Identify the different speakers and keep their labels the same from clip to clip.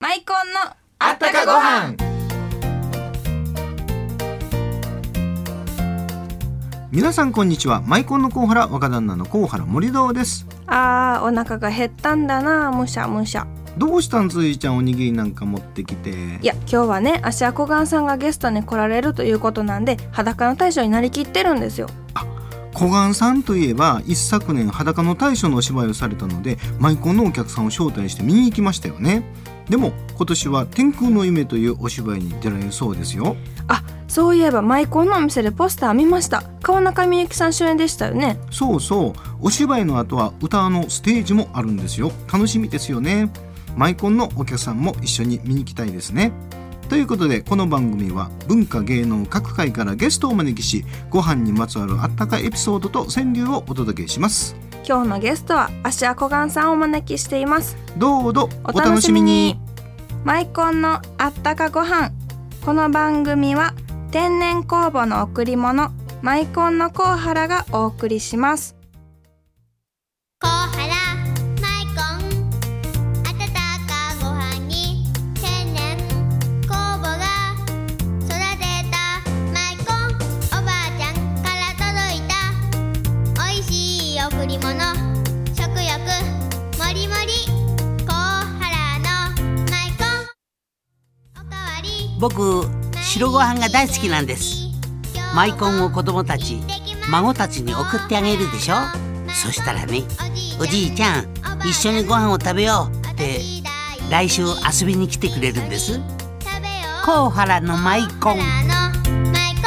Speaker 1: マイコンの
Speaker 2: あったかご飯
Speaker 3: 皆さんこんにちはマイコンのコウハラ若旦那のコウハラ森堂です
Speaker 1: あーお腹が減ったんだなむしゃむしゃ
Speaker 3: どうしたんついちゃんおにぎりなんか持ってきて
Speaker 1: いや今日はね芦屋小雁さんがゲストに来られるということなんで裸の大将になりきってるんですよ
Speaker 3: 小雁さんといえば一昨年裸の大将のお芝居をされたのでマイコンのお客さんを招待して見に行きましたよねでも今年は天空の夢というお芝居に出られるそうですよ
Speaker 1: あそういえばマイコンのお店でポスター見ました川中美幸さん主演でしたよね
Speaker 3: そうそうお芝居の後は歌のステージもあるんですよ楽しみですよねマイコンのお客さんも一緒に見に来たいですねということでこの番組は文化芸能各界からゲストをお招きしご飯にまつわるあったかエピソードと川柳をお届けします
Speaker 1: 今日のゲストは芦屋小雁さんをお招きしています
Speaker 3: どうぞお
Speaker 1: お
Speaker 3: 楽
Speaker 1: 楽
Speaker 3: し
Speaker 1: しみ
Speaker 3: みに
Speaker 1: にマイコンのあったかご飯この番組は天然酵母の贈り物マイコンのコウハラがお送りします
Speaker 4: コハラマイコン温かご飯に天然酵母が育てたマイコンおばあちゃんから届いた美味しい贈り物食欲もりもりコハラのマイコンおかわり
Speaker 2: 僕白ご飯が大好きなんですマイコンを子供たち孫たちに送ってあげるでしょそしたらねおじいちゃん一緒にご飯を食べようって来週遊びに来てくれるんです
Speaker 4: 食べよう
Speaker 2: コウハラのマイコン
Speaker 4: ハラのマイコン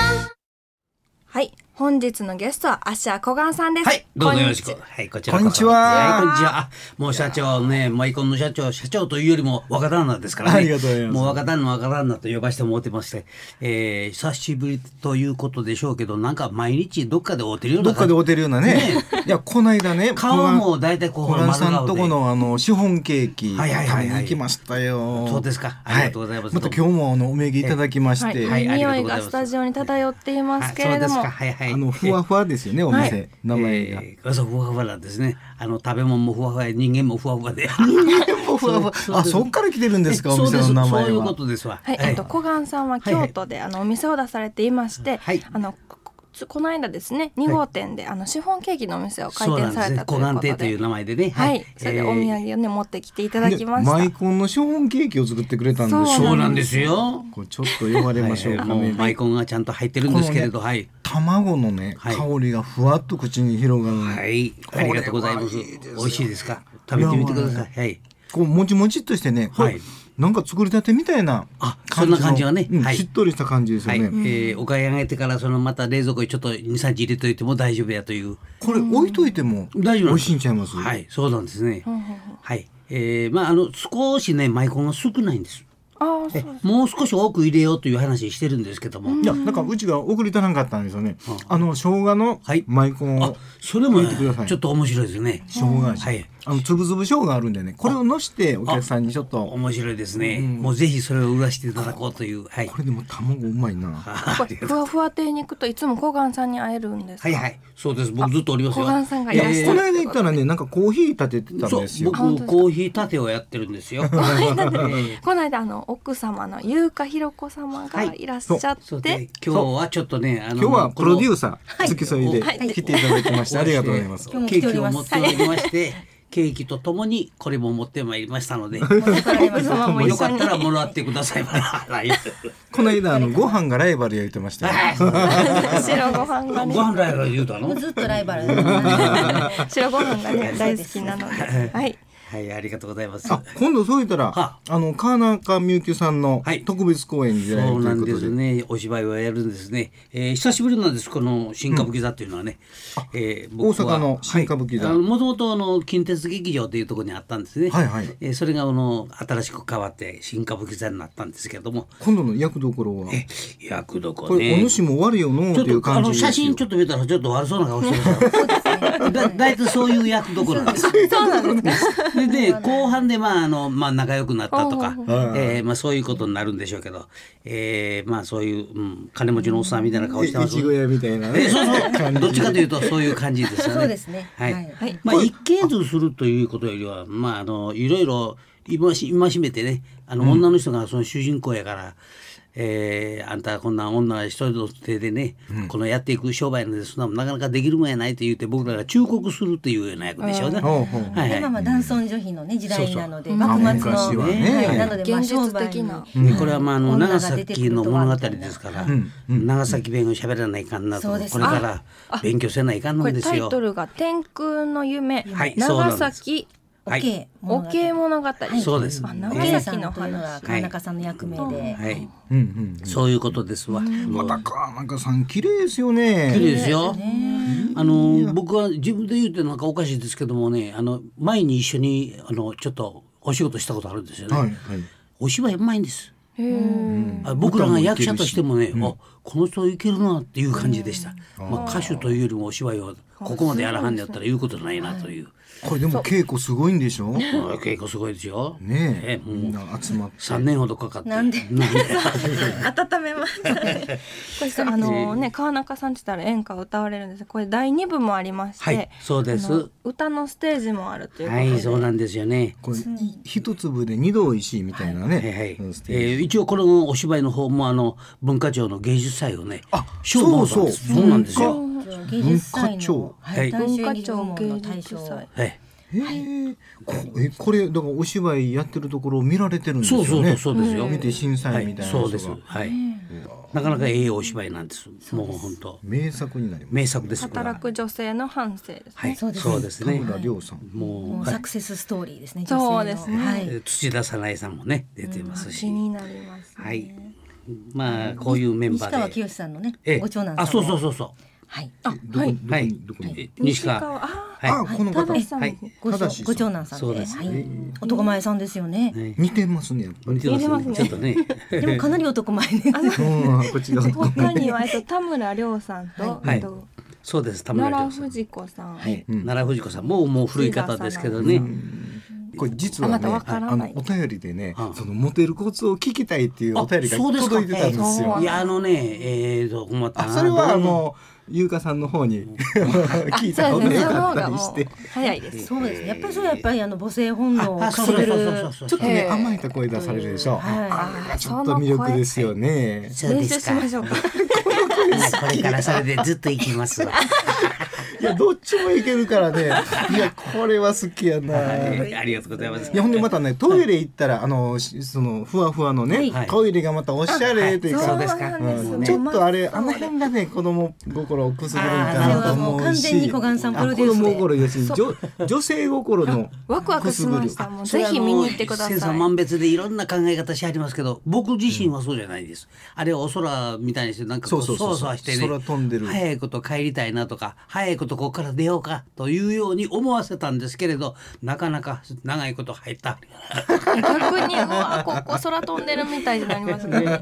Speaker 1: はい本日のゲストは芦屋小雁さんです
Speaker 5: はい、どうぞよろし
Speaker 1: こん
Speaker 5: く。
Speaker 1: にち
Speaker 5: はい、こちらこそ
Speaker 3: こんにちはい
Speaker 5: こんにちは。あもう社長ね、マイコンの社長、社長というよりも若旦那ですからね。
Speaker 3: ありがとうございます
Speaker 5: もう若旦那、若旦那と呼ばせてもらってまして、えー、久しぶりということでしょうけど、なんか毎日どっかで会うてるよう
Speaker 3: ど
Speaker 5: な
Speaker 3: っか
Speaker 5: 感
Speaker 3: で
Speaker 5: じ。
Speaker 3: おてるようなねいやこないだね
Speaker 5: 顔はもう大体こう、
Speaker 3: 小雁さんとこ
Speaker 5: で。
Speaker 3: のあのシフォンケーキ食
Speaker 5: はいはいは
Speaker 3: べ
Speaker 5: いはい
Speaker 3: に行きましたよ
Speaker 5: そうですかありがとうございます
Speaker 3: また今日もあのおめぎいただきまし
Speaker 1: は
Speaker 3: て、
Speaker 5: はい
Speaker 1: い、いい匂
Speaker 5: あり
Speaker 1: い
Speaker 5: が
Speaker 1: が
Speaker 5: とうございます
Speaker 1: スタジオに漂っていますけ
Speaker 5: あ
Speaker 1: れ
Speaker 5: そうで
Speaker 1: ど
Speaker 5: す
Speaker 1: も
Speaker 5: か。はいはい。
Speaker 3: あのふわふわですよねお店、
Speaker 1: はい
Speaker 3: 名前が、
Speaker 5: えーそうふわふわなんですね。あの食べ物もふわふわや、人間もふわふわで。
Speaker 3: ふ わふわあそっから来てるんですかお
Speaker 5: そう
Speaker 3: 店
Speaker 5: です
Speaker 3: の名前は
Speaker 5: そういうことですわ。
Speaker 1: はい、えっと小雁さんは京都であのお店を出されていまして、
Speaker 5: はい
Speaker 1: あのここの間ですね2号店であのシフォンケーキのお店を開店されたと
Speaker 5: 小
Speaker 1: いうこ
Speaker 5: 眼
Speaker 1: とで
Speaker 5: 亭という名前でね。
Speaker 1: はい、それでお土産をね、持ってきていただきました。
Speaker 3: マイコンのシフォンケーキを作ってくれたんで
Speaker 1: そ
Speaker 3: す
Speaker 5: そ
Speaker 3: よ
Speaker 5: うなんですよ。
Speaker 3: こうちょっと呼ばれましょうか
Speaker 5: もう
Speaker 3: ね
Speaker 5: マイコンがちゃんと入ってるんですけれど、はい。
Speaker 3: 卵のね
Speaker 5: は
Speaker 3: 香
Speaker 5: い
Speaker 3: りがふわっと口に広がる、
Speaker 5: はい、ありがとうございます。
Speaker 3: これはいいですよ
Speaker 5: 美味しいですか。食べてみてください。はい。
Speaker 3: こうもちもちっとしてね、これ
Speaker 5: はい
Speaker 3: なんか作りたてみたいな
Speaker 5: あ
Speaker 3: の
Speaker 5: そんな感じはね
Speaker 3: うん
Speaker 5: はい
Speaker 3: しっとりした感じですよ
Speaker 5: はい、
Speaker 3: ね、
Speaker 5: えーお買い上げてから、そのまた冷蔵庫にちょっと二三日入れといても大丈夫やという。
Speaker 3: これ置いといても
Speaker 5: 大丈
Speaker 3: 美味
Speaker 5: 夫なんです
Speaker 3: しいんちゃいます、
Speaker 5: はい、そうなんですね。
Speaker 1: んうんうん
Speaker 5: はい、えーまあ、あの、少しね、マイコンが少ないんです。
Speaker 1: ああ、そう。
Speaker 5: もう少し多く入れようという話してるんですけども。
Speaker 3: いやなんかうちが送り足らんかったんですよね、あの生姜の
Speaker 5: はい
Speaker 3: マイコンを、
Speaker 5: あ、それも、
Speaker 3: 置いてください
Speaker 5: ちょっと面白いですね。
Speaker 3: 生姜味、
Speaker 5: はい。
Speaker 3: あのつぶつぶ生姜あるんでねこれをのしてお客さんにちょっと
Speaker 5: 面白いですね。もうぜひそれを売らせていただこうという。はい。
Speaker 3: これでも卵うまいな
Speaker 1: これふわふわ亭に行くといつも小雁さんに会えるんですか。
Speaker 5: はいはい。そうです。僕ずっとおりますよ。
Speaker 1: 小雁さんがいらっしゃ
Speaker 3: こ
Speaker 1: る
Speaker 3: の。間行ったらねなんかコーヒー立ててたん
Speaker 5: そう
Speaker 3: です、よ
Speaker 5: 僕コーヒー立てをやってるんで すよ。ええ
Speaker 1: この間あの奥様の優香ひろ子様がいらっしゃっ
Speaker 5: そう
Speaker 1: て
Speaker 5: で、今日はちょっとね、あの
Speaker 3: 今日はプロデュー
Speaker 5: ー
Speaker 3: サー付き添いで
Speaker 1: はい
Speaker 3: 来ていただきました、ありがとうございます
Speaker 1: 今日も来
Speaker 5: ケ
Speaker 1: て
Speaker 5: ー
Speaker 1: お
Speaker 5: キ
Speaker 1: り
Speaker 5: を
Speaker 1: ます
Speaker 5: 持っておりまして、ケーキとともにこれも持ってまいりましたので、
Speaker 1: 奥様も
Speaker 5: よ
Speaker 1: 一緒
Speaker 5: かっ
Speaker 1: に
Speaker 5: た。らもらってください。はい
Speaker 3: この間あのご飯がライバルや言ってましたよ
Speaker 1: 白ご飯がね
Speaker 5: ご、飯ライブ言うたの。
Speaker 6: ずっとライバルだな
Speaker 1: 白ご飯がね大好きな ので、はい。
Speaker 5: はい、ありがとうございます。
Speaker 3: あ今度そういったら、
Speaker 5: は
Speaker 3: あの川中美幸さんの
Speaker 5: はい
Speaker 3: 特別公演に出られ
Speaker 5: そ
Speaker 3: る
Speaker 5: う
Speaker 3: と
Speaker 5: ない
Speaker 3: うんこ
Speaker 5: で
Speaker 3: とで,、
Speaker 5: すね。お芝居をやるんですね。えー久しぶりなんです。この新歌舞伎座というのはね。えー僕は
Speaker 3: 大阪の新歌舞伎座
Speaker 5: はいあのもともとあの近鉄劇場というところにあったんですね。
Speaker 3: はいはい
Speaker 5: えーそれがあの新しく変わって新歌舞伎座になったんですけども、
Speaker 3: 今度の役どころは
Speaker 5: 役どこ
Speaker 3: こ
Speaker 5: ろね。
Speaker 3: れお主も悪いよのう
Speaker 5: ち
Speaker 3: とい
Speaker 5: ょ
Speaker 3: う
Speaker 5: っとあ
Speaker 3: 感じ
Speaker 5: の
Speaker 3: です
Speaker 5: 写真ちょっと見たらちょっと悪そうな顔してる。だだいたいそういう役どころなんです。そうなんです。でで後半でまああのまあ仲良くなったとか、えーまあそういうことになるんでしょうけど、えーまあそういううん金持ちのおっさんみたいな顔してま
Speaker 3: い
Speaker 5: す
Speaker 3: ち。ご屋みたいな
Speaker 5: え
Speaker 3: ね
Speaker 5: そうそう。 どっちかというとそういう感じですよね。
Speaker 6: そうですね
Speaker 5: はい。
Speaker 6: はい
Speaker 5: まあ一見ずするということよりは、まああのいろいろ今し今しめてねあの、女の人がその主人公やから、えーあんたこんな女一人の手でね、このやっていく商売なんてそんなもんなかなかできるもんやないと言って僕らが忠告するというような役でしょうね。
Speaker 3: ほうほう
Speaker 5: はいはい
Speaker 6: 今は男尊女卑のね時代なので
Speaker 3: そうそう
Speaker 6: 幕末
Speaker 3: あ昔
Speaker 6: の
Speaker 3: はね
Speaker 6: いなのでまあ
Speaker 1: 現実
Speaker 6: 商売
Speaker 1: 的
Speaker 6: に
Speaker 1: な
Speaker 5: でこれはまああの
Speaker 6: 女
Speaker 5: 長
Speaker 6: が出てく
Speaker 5: 崎
Speaker 6: る
Speaker 5: の
Speaker 6: とは
Speaker 5: 物語ですから、長崎弁を喋らないかんなと、
Speaker 6: そうです
Speaker 5: これから勉強せないかんの
Speaker 1: これ
Speaker 5: んです
Speaker 1: タイ
Speaker 5: よ。
Speaker 1: トルが天空の夢、
Speaker 5: はいそうなん
Speaker 1: 長
Speaker 5: です
Speaker 1: 崎
Speaker 5: はい
Speaker 6: OK
Speaker 1: おけ物語。
Speaker 5: そうです
Speaker 1: あ
Speaker 6: お
Speaker 1: 長
Speaker 6: けさ
Speaker 1: 崎
Speaker 6: ん
Speaker 1: の
Speaker 6: というの
Speaker 1: 話。
Speaker 6: が川中さんの役名で
Speaker 5: はい、
Speaker 3: うんうん
Speaker 5: そういうことですわ。
Speaker 3: ま
Speaker 5: もう
Speaker 3: た川中さん綺麗ですよ
Speaker 5: 綺
Speaker 3: ね
Speaker 5: 麗ですよ。あの僕は自分で言うてなんかおかしいですけどもね、あの前に一緒にあのちょっとお仕事したことあるんですよね。
Speaker 3: はいはい
Speaker 5: お芝居うまいんです。
Speaker 1: へ ー
Speaker 5: あ僕らが役者としてもね、あこの人いけるなっていう感じでした。まあ歌手というよりもお芝居をここまでやらはんのやったら言うことないなという。
Speaker 3: これでも稽古すごいんでしょね
Speaker 5: あ稽古すごいですよ。
Speaker 3: え
Speaker 5: え
Speaker 3: みんな集まって
Speaker 5: 三年ほどかかって。
Speaker 6: なんで
Speaker 5: なんで
Speaker 6: 温めます
Speaker 1: これそうあ のね川中さんって言ったら演歌を歌われるんです。これ第二部もありまして、
Speaker 5: はい、そうで
Speaker 1: あの
Speaker 5: す。
Speaker 1: 歌のステージもあるということ
Speaker 5: は
Speaker 1: で。
Speaker 5: い、そうなんですよね。
Speaker 3: これい一粒で二度おいしいみたいなね、
Speaker 5: はいはい、え
Speaker 3: そうですね
Speaker 5: ー、一応このお芝居の方もあの文化庁の芸術祭をね
Speaker 3: あ
Speaker 5: 賞もらったんです
Speaker 3: そうそう
Speaker 5: そうなんですよ、
Speaker 6: 芸術祭
Speaker 3: 文化庁
Speaker 6: のはい大衆
Speaker 1: 文
Speaker 6: 演
Speaker 1: 化
Speaker 6: 劇部
Speaker 1: 庁
Speaker 6: 門の
Speaker 1: 芸
Speaker 6: 大
Speaker 1: 術
Speaker 6: 賞
Speaker 1: 祭。
Speaker 5: はい、
Speaker 3: へえこえこれだからお芝居やってるところを見られてるんですよ
Speaker 5: そ
Speaker 3: ね
Speaker 5: うそうそうそうですよ、
Speaker 3: 見て審査
Speaker 5: は
Speaker 3: 員み
Speaker 5: い
Speaker 3: たいな人が、
Speaker 5: そうですはいなかなかええお芝居なんですもう本当
Speaker 3: 名作になります
Speaker 5: 名作ですこれは
Speaker 1: 働く女性の反省です
Speaker 5: はい
Speaker 1: ね。
Speaker 5: そ
Speaker 6: そうう
Speaker 5: で
Speaker 6: ですす
Speaker 5: ね
Speaker 6: ね
Speaker 3: 田村亮さん、
Speaker 5: も
Speaker 6: もう
Speaker 5: う、は
Speaker 6: サ
Speaker 5: い
Speaker 6: クセスストーリーですね女性の
Speaker 1: そうですね
Speaker 6: は
Speaker 5: え
Speaker 6: い
Speaker 5: ー土田早苗さんもね出てますし、
Speaker 1: 気になります。
Speaker 5: はいまあこういうメンバ
Speaker 6: 西
Speaker 5: ー
Speaker 6: 川
Speaker 5: で
Speaker 6: きよしさんのね
Speaker 5: ええ
Speaker 6: ご長男さんも
Speaker 5: あそうそうそうそ
Speaker 6: はい
Speaker 3: どこ
Speaker 1: はい
Speaker 3: ど
Speaker 5: うは
Speaker 3: こ
Speaker 5: い
Speaker 3: にどこに、
Speaker 5: え西川
Speaker 1: あ
Speaker 5: はい
Speaker 3: あこの
Speaker 1: あ、
Speaker 3: 方
Speaker 1: 正さん
Speaker 5: はい
Speaker 1: に
Speaker 6: ご
Speaker 3: 正さん
Speaker 6: ご長男さん
Speaker 5: そう
Speaker 6: で
Speaker 5: です
Speaker 6: はい男前さんですよね
Speaker 5: はい
Speaker 3: 似てますねやっぱ
Speaker 5: 似
Speaker 3: り
Speaker 5: て
Speaker 1: ま
Speaker 5: ま
Speaker 1: すす
Speaker 5: ね
Speaker 1: ね
Speaker 5: ちょっとね
Speaker 6: でもかなり男前ね
Speaker 3: うんこっちが
Speaker 1: 他にはえっと田村亮さんと、
Speaker 5: はい
Speaker 1: えっと
Speaker 5: そうです田村
Speaker 1: 奈良
Speaker 5: 亮さん
Speaker 1: 藤子さん、
Speaker 5: はい、奈良藤子さんもうもう古い方ですけどね、
Speaker 3: これ実は
Speaker 1: あな
Speaker 3: ね
Speaker 1: たわか
Speaker 3: あ
Speaker 1: らない
Speaker 3: のお便りでね
Speaker 5: うん
Speaker 3: そのモテるコツを聞きたいっていうお便りが
Speaker 5: あそうですか
Speaker 3: 届いてたんです
Speaker 1: え
Speaker 3: よ
Speaker 1: え
Speaker 5: いやあのねえーと困った
Speaker 3: あ
Speaker 5: な
Speaker 3: それは
Speaker 5: ども
Speaker 3: もう優香さんの方に
Speaker 1: あ
Speaker 3: 聞いた
Speaker 1: そ
Speaker 3: 方
Speaker 1: うで
Speaker 3: が
Speaker 1: すね
Speaker 3: 良
Speaker 1: その方
Speaker 3: かった
Speaker 1: が
Speaker 3: り
Speaker 1: も
Speaker 3: し
Speaker 1: う
Speaker 3: て
Speaker 1: 早いです
Speaker 6: そうですねやっぱりそれはやっぱりあの母性本能を
Speaker 5: あ
Speaker 6: く
Speaker 5: そう
Speaker 6: す
Speaker 5: そう
Speaker 6: ぐ
Speaker 5: そう
Speaker 6: る
Speaker 5: そうそう
Speaker 3: ちょっと
Speaker 1: え
Speaker 3: ね
Speaker 1: え
Speaker 3: 甘えた声出されるでしょ
Speaker 6: は
Speaker 1: あ
Speaker 3: ちょっと魅力ですよね
Speaker 5: そう
Speaker 1: 練
Speaker 5: で
Speaker 1: 習
Speaker 5: す
Speaker 1: し
Speaker 5: か
Speaker 1: ましょうか
Speaker 5: あこれからそれでずっと行きま すわ
Speaker 3: いやどっちもいけるから ねいやこれは好きやな
Speaker 5: はいありがとうございます
Speaker 3: いやほんでまたねトイレ行ったらあのしそのふわふわのね
Speaker 5: はい
Speaker 3: トイレがまたおしゃれっていう
Speaker 5: そ
Speaker 3: か
Speaker 5: うです
Speaker 1: そ
Speaker 5: か
Speaker 1: うなんです
Speaker 3: う
Speaker 1: よ
Speaker 3: ん
Speaker 1: ね
Speaker 3: ちょっとあれ
Speaker 1: ま
Speaker 3: あの辺がね子供心をくすぐるん
Speaker 6: あ
Speaker 3: か
Speaker 6: ー
Speaker 3: なと思
Speaker 6: あれはもう
Speaker 3: う
Speaker 6: 完
Speaker 3: し
Speaker 6: 全に小雁さんプロデュ
Speaker 3: あ
Speaker 6: ースで
Speaker 3: 子供心要するに女女性心の
Speaker 1: ワクワクしましたもうぜひ見に行ってくださ
Speaker 5: 千差
Speaker 1: い
Speaker 5: 万別でいろんな考え方しありますけど僕自身はそうじゃないです、あれはお空みたいにしてなんかこう
Speaker 3: そ
Speaker 5: そう
Speaker 3: そうそうそう
Speaker 5: わそわしてね
Speaker 3: 空飛んでる
Speaker 5: 早いこと帰りたいなとか早いことここから出ようかというように思わせたんですけれどなかなか長いこと 入った
Speaker 1: 逆にうわここ空飛んでるみたいになります ね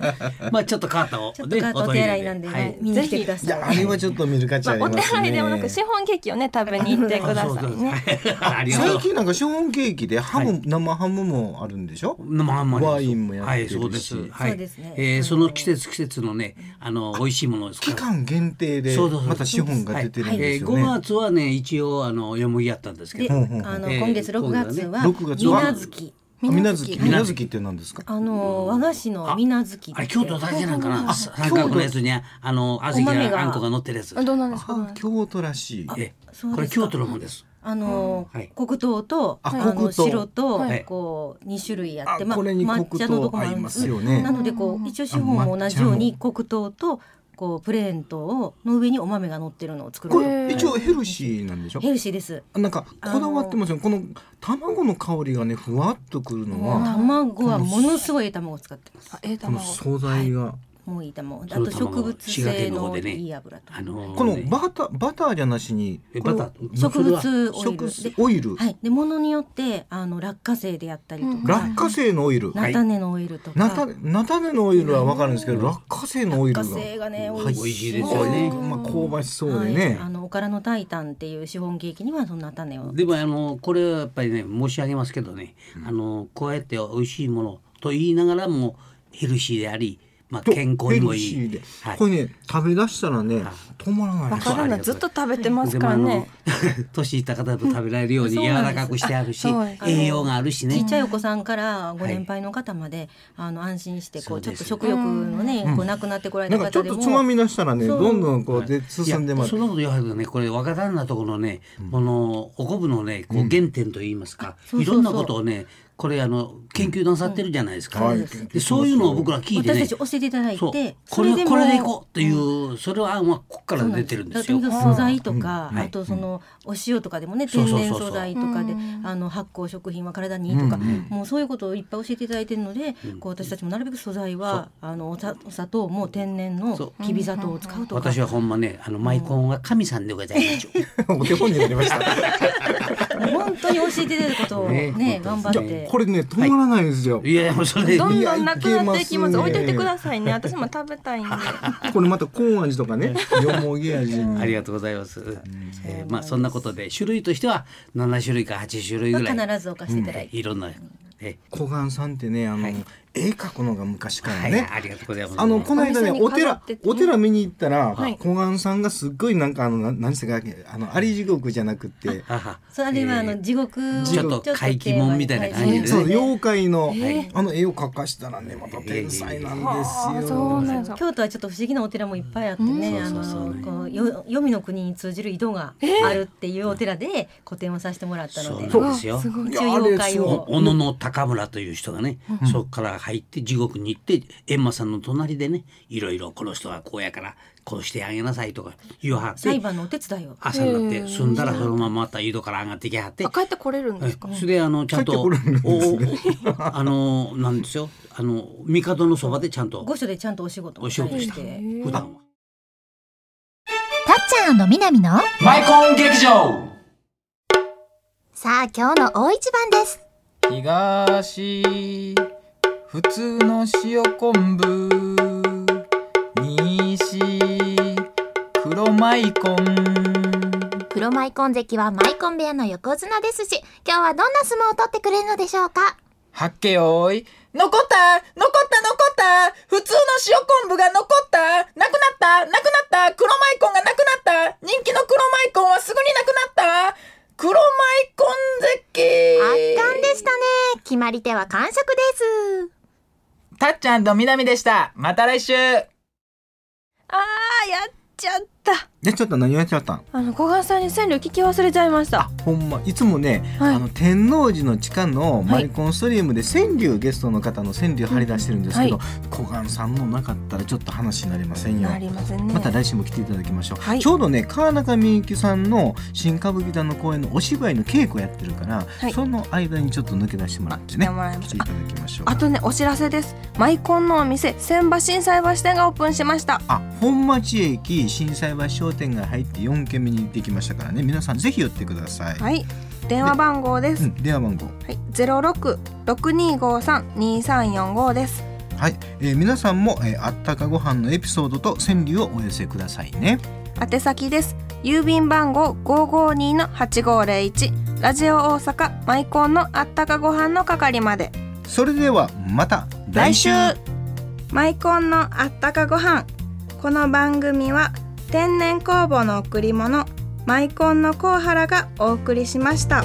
Speaker 5: まあちょっと変わったお
Speaker 6: ちょっと変わったお手洗いなんで
Speaker 5: おトイレ
Speaker 6: ね見に来てくだ
Speaker 3: い
Speaker 6: さい
Speaker 3: やあれはちょっと見る価値あり
Speaker 1: お
Speaker 3: ま
Speaker 1: 手
Speaker 3: すね
Speaker 1: 洗いでもなくシフォンケーキをね食べに行ってくださいね
Speaker 5: はい、ありがとう
Speaker 3: 最近なんかシフォンケーキでハム、生ハムもあるんでしょ
Speaker 5: まあまあ
Speaker 3: ワインもやってるし
Speaker 5: はい、そうです。はい、
Speaker 6: そうですね
Speaker 5: えーその季節季節のね、あの美味しいものですか
Speaker 3: 期
Speaker 5: ら。
Speaker 3: 間限定で
Speaker 5: そうそうそう
Speaker 3: また資本が出てるんですよ
Speaker 5: はい
Speaker 3: ね、
Speaker 5: えー5月はね、一応あのよもぎやったんですけ
Speaker 6: で
Speaker 5: ど。
Speaker 6: あの
Speaker 5: えー
Speaker 6: 今月6月は
Speaker 3: 六月は
Speaker 6: 水無月
Speaker 3: あ水無月水無月って何ですか
Speaker 6: あの和菓子の水無月
Speaker 5: あれ京都だけなんかな。三角のやつにあの小
Speaker 6: お
Speaker 5: 豆
Speaker 6: 豆
Speaker 5: が
Speaker 6: が
Speaker 5: あんこが乗ってるやつ。
Speaker 1: どうなんですか
Speaker 3: あ京都らしい
Speaker 6: そう
Speaker 5: えー
Speaker 6: ですか
Speaker 5: これ京都のもんです。
Speaker 6: あの
Speaker 5: はい
Speaker 6: 黒糖と
Speaker 3: あ
Speaker 6: あ
Speaker 3: 黒糖
Speaker 6: の白と
Speaker 5: い
Speaker 6: こう二種類あって
Speaker 3: あこれに黒糖合いますよね
Speaker 6: なのでこう一応資本も同じように黒糖とこうプレーン糖の上にお豆が乗ってるのを作る
Speaker 3: これ一応ヘルシーなんでしょ
Speaker 6: ヘルシーです。
Speaker 3: なんかこだわってますよこの卵の香りがねふわっとくるのは
Speaker 6: 卵はものすごいいい卵を使ってます。
Speaker 1: あええ
Speaker 3: この
Speaker 1: 卵
Speaker 3: 惣菜が、
Speaker 6: もういい卵。あ
Speaker 5: その
Speaker 6: と
Speaker 5: 卵
Speaker 6: 植物性のいい油と。
Speaker 5: あのー
Speaker 3: この
Speaker 5: ね
Speaker 3: バターバターじゃなしに
Speaker 5: え
Speaker 3: これ
Speaker 5: バター
Speaker 6: 植物オ
Speaker 3: 植
Speaker 6: イル
Speaker 3: 物
Speaker 6: で、
Speaker 3: オイル、
Speaker 6: はい。で物によってあの落花生でやったりとか、
Speaker 3: 落花生のオイル、
Speaker 6: 菜種のオイルとか、
Speaker 3: なた菜種のオイルはわかるんですけど落花生のオイルが
Speaker 6: 落花生がね美味しい
Speaker 5: 美味しいですよね
Speaker 3: まあ香ばしそうでね、
Speaker 6: はい、あのおからのタイタンっていうシフォンケーキにはそんな種を。
Speaker 5: でもあのこれはやっぱりね申し上げますけどね、あのこうやって美味しいものと言いながらもヘルシーでありまあ、健康にもい
Speaker 3: ヘルシー
Speaker 5: い
Speaker 3: で。
Speaker 5: はい
Speaker 3: これね食べ出したらね止まらない
Speaker 1: わ
Speaker 3: です
Speaker 1: からないずっと食べてます
Speaker 5: で
Speaker 1: か
Speaker 5: も
Speaker 1: ら
Speaker 5: あの
Speaker 1: ね
Speaker 5: 年いった方と食べられるように
Speaker 1: うん
Speaker 5: 柔らかくしてあるし
Speaker 1: そうなんです
Speaker 5: 栄養があるし
Speaker 6: ちっ
Speaker 5: ね
Speaker 6: ちゃいお子さんからご
Speaker 5: はい
Speaker 6: 年配の方まで、あの安心してこ
Speaker 5: そう
Speaker 6: うちょ
Speaker 5: で
Speaker 6: っ
Speaker 5: す
Speaker 6: と食欲のね、こうなくなってこられ
Speaker 3: な
Speaker 6: た
Speaker 3: んかち
Speaker 6: 方
Speaker 3: ょっ
Speaker 6: で
Speaker 3: と
Speaker 6: も
Speaker 3: つまみ出したらね
Speaker 6: そう
Speaker 3: どんどんこうで進んでま
Speaker 5: いや
Speaker 3: す
Speaker 5: そんなこと言わはるねこれ若旦那とこのね、このおこぶのねこう原点といいますか、
Speaker 6: そうそうそう
Speaker 5: いろんなことをねこれあの研究なさってるじゃないですか、
Speaker 3: はい
Speaker 5: でそういうのを僕ら聞いて
Speaker 6: 私
Speaker 5: ね
Speaker 6: たち教えていただい
Speaker 5: そう
Speaker 6: て
Speaker 5: これ
Speaker 6: も
Speaker 5: これでいこうという、それは案はここから出てるんですよ
Speaker 6: だ。からとにかく素材とか、
Speaker 5: うんはい
Speaker 6: あとそのお塩とかでもね、
Speaker 5: そう
Speaker 6: 天
Speaker 5: そうそう
Speaker 6: 然
Speaker 5: そう
Speaker 6: 素材とかで、あの発酵食品は体にいいとか、もうそういうことをいっぱい教えていただいてるので、こう私たちもなるべく素材は、あのお砂お砂糖も天然
Speaker 5: そ
Speaker 6: のきび砂糖を使うとか。
Speaker 5: 私はほんまねあのマイコンは神さんでございましょう。
Speaker 3: お手本になりま した
Speaker 6: 本当に教えていただいたことをね
Speaker 5: ね
Speaker 6: 頑張っ
Speaker 3: い
Speaker 6: て
Speaker 3: やこれね止まらないですよ、
Speaker 5: いやいやもうそれ
Speaker 1: どん
Speaker 3: いや
Speaker 1: ど
Speaker 3: い
Speaker 1: ん
Speaker 3: け
Speaker 1: なくなっていきます
Speaker 3: ます
Speaker 1: 置
Speaker 3: ね
Speaker 1: いといてくださいね私も食べたいんで
Speaker 3: これまたコーン味とかねよもぎ味に
Speaker 5: ありがとうございます。えーまあそんなことで種類としては7種類か8種類ぐらい、
Speaker 6: 必ずお貸していただいて。
Speaker 5: いろんな、え
Speaker 3: 小雁さんってねあの、絵描くのが昔か
Speaker 5: は
Speaker 3: ら
Speaker 5: い、
Speaker 3: ね、
Speaker 5: ありがとうございます。
Speaker 3: あのこの間ねお
Speaker 1: お店に飾
Speaker 3: 寺
Speaker 1: ってて
Speaker 3: お寺見に行ったら、
Speaker 1: い
Speaker 3: 小雁さんがすっごいなんかあのな何でしたっけあのあり地獄じゃなくて、
Speaker 5: はは
Speaker 6: それはあの地獄を
Speaker 5: ちょっと怪奇門みたいな感じでね
Speaker 3: そう
Speaker 5: え
Speaker 3: 妖怪の、あの絵を描かしたらねまた天才なんですよ。
Speaker 1: そうなんですよ
Speaker 6: 京都はちょっと不思議なお寺もいっぱいあってね、あのこうよ黄泉の国に通じる井戸があるっていうお寺で個展をさせてもらったので、
Speaker 5: そうなんですよ。
Speaker 3: い
Speaker 6: 一
Speaker 3: や
Speaker 6: 応妖怪
Speaker 3: あれそ
Speaker 6: を
Speaker 5: お小野の高村という人がね、そこから入って地獄に行って閻魔さんの隣でねいろいろこの人はこうやからこうしてあげなさいとか言わはって
Speaker 6: 裁判のお手伝いを。
Speaker 5: 朝になって済んだらそのまままた井戸から上がってきはって
Speaker 1: あ帰ってこれるんですか
Speaker 5: それであのちゃんとお
Speaker 3: 帰ってこれるん
Speaker 5: おあのなんですよあの帝のそばでちゃんと
Speaker 6: 御所でちゃんとお仕事
Speaker 5: お
Speaker 6: も
Speaker 5: 仕
Speaker 6: され
Speaker 5: 事
Speaker 6: て
Speaker 5: した
Speaker 6: て
Speaker 5: 普段は。
Speaker 7: たっちゃん南の
Speaker 8: マイコン劇場
Speaker 4: さあ今日の大一番です
Speaker 8: 東普通の塩昆布西黒マイコン
Speaker 4: 黒マイコン関はマイコン部屋の横綱ですし今日はどんな相撲を取ってくれるのでしょうか
Speaker 8: 発見おい残った残った残った普通の塩昆布が残ったなくなったなくなった黒マイコンがなくなった人気の黒マイコンはすぐになくなった黒マイコン
Speaker 4: 圧
Speaker 8: 絶景
Speaker 4: 巻でしたね決まり手は完食です
Speaker 8: たっちゃんとみなみでしたまた来週
Speaker 1: あーやっちゃった
Speaker 3: でちょっと何やっちゃったん
Speaker 1: あの小川さんに川柳聞き忘れちゃいました
Speaker 3: ほんまいつもね、
Speaker 1: はい
Speaker 3: あの天王寺の地下のマ
Speaker 1: はい
Speaker 3: イコンストリームで川柳、ゲストの方の川柳張り出してるんですけど、小雁さんのなかったらちょっと話になりませんよ。
Speaker 1: なりませんね
Speaker 3: また来週も来ていただきましょう、
Speaker 1: はい
Speaker 3: ちょうどね川中美幸さんの新歌舞伎座の公演のお芝居の稽古やってるから、
Speaker 1: はい
Speaker 3: その間にちょっと抜け出してもらってね
Speaker 1: あ来てもらいましょう
Speaker 3: 来ていただきましょう
Speaker 1: あとねお知らせですマイコンのお店千葉震災橋店がオープンしました
Speaker 3: あ本町駅心斎橋商店街入って4軒目にできましたからね皆さんぜひ寄ってください、
Speaker 1: はい電話番号です、
Speaker 3: うん、電話番号
Speaker 1: はい、ゼロ六六二五三二三四五です。
Speaker 3: はい、えー皆さんも、えーあったかご飯のエピソードと川柳をお寄せくださいね
Speaker 1: 宛先です。郵便番号五五二の八五零一。ラジオ大阪マイコンのあったかご飯の係まで。
Speaker 3: それではまた来週
Speaker 1: マイコンのあったかご飯。この番組は天然酵母の贈り物。マイコンのコウハラがお送りしました。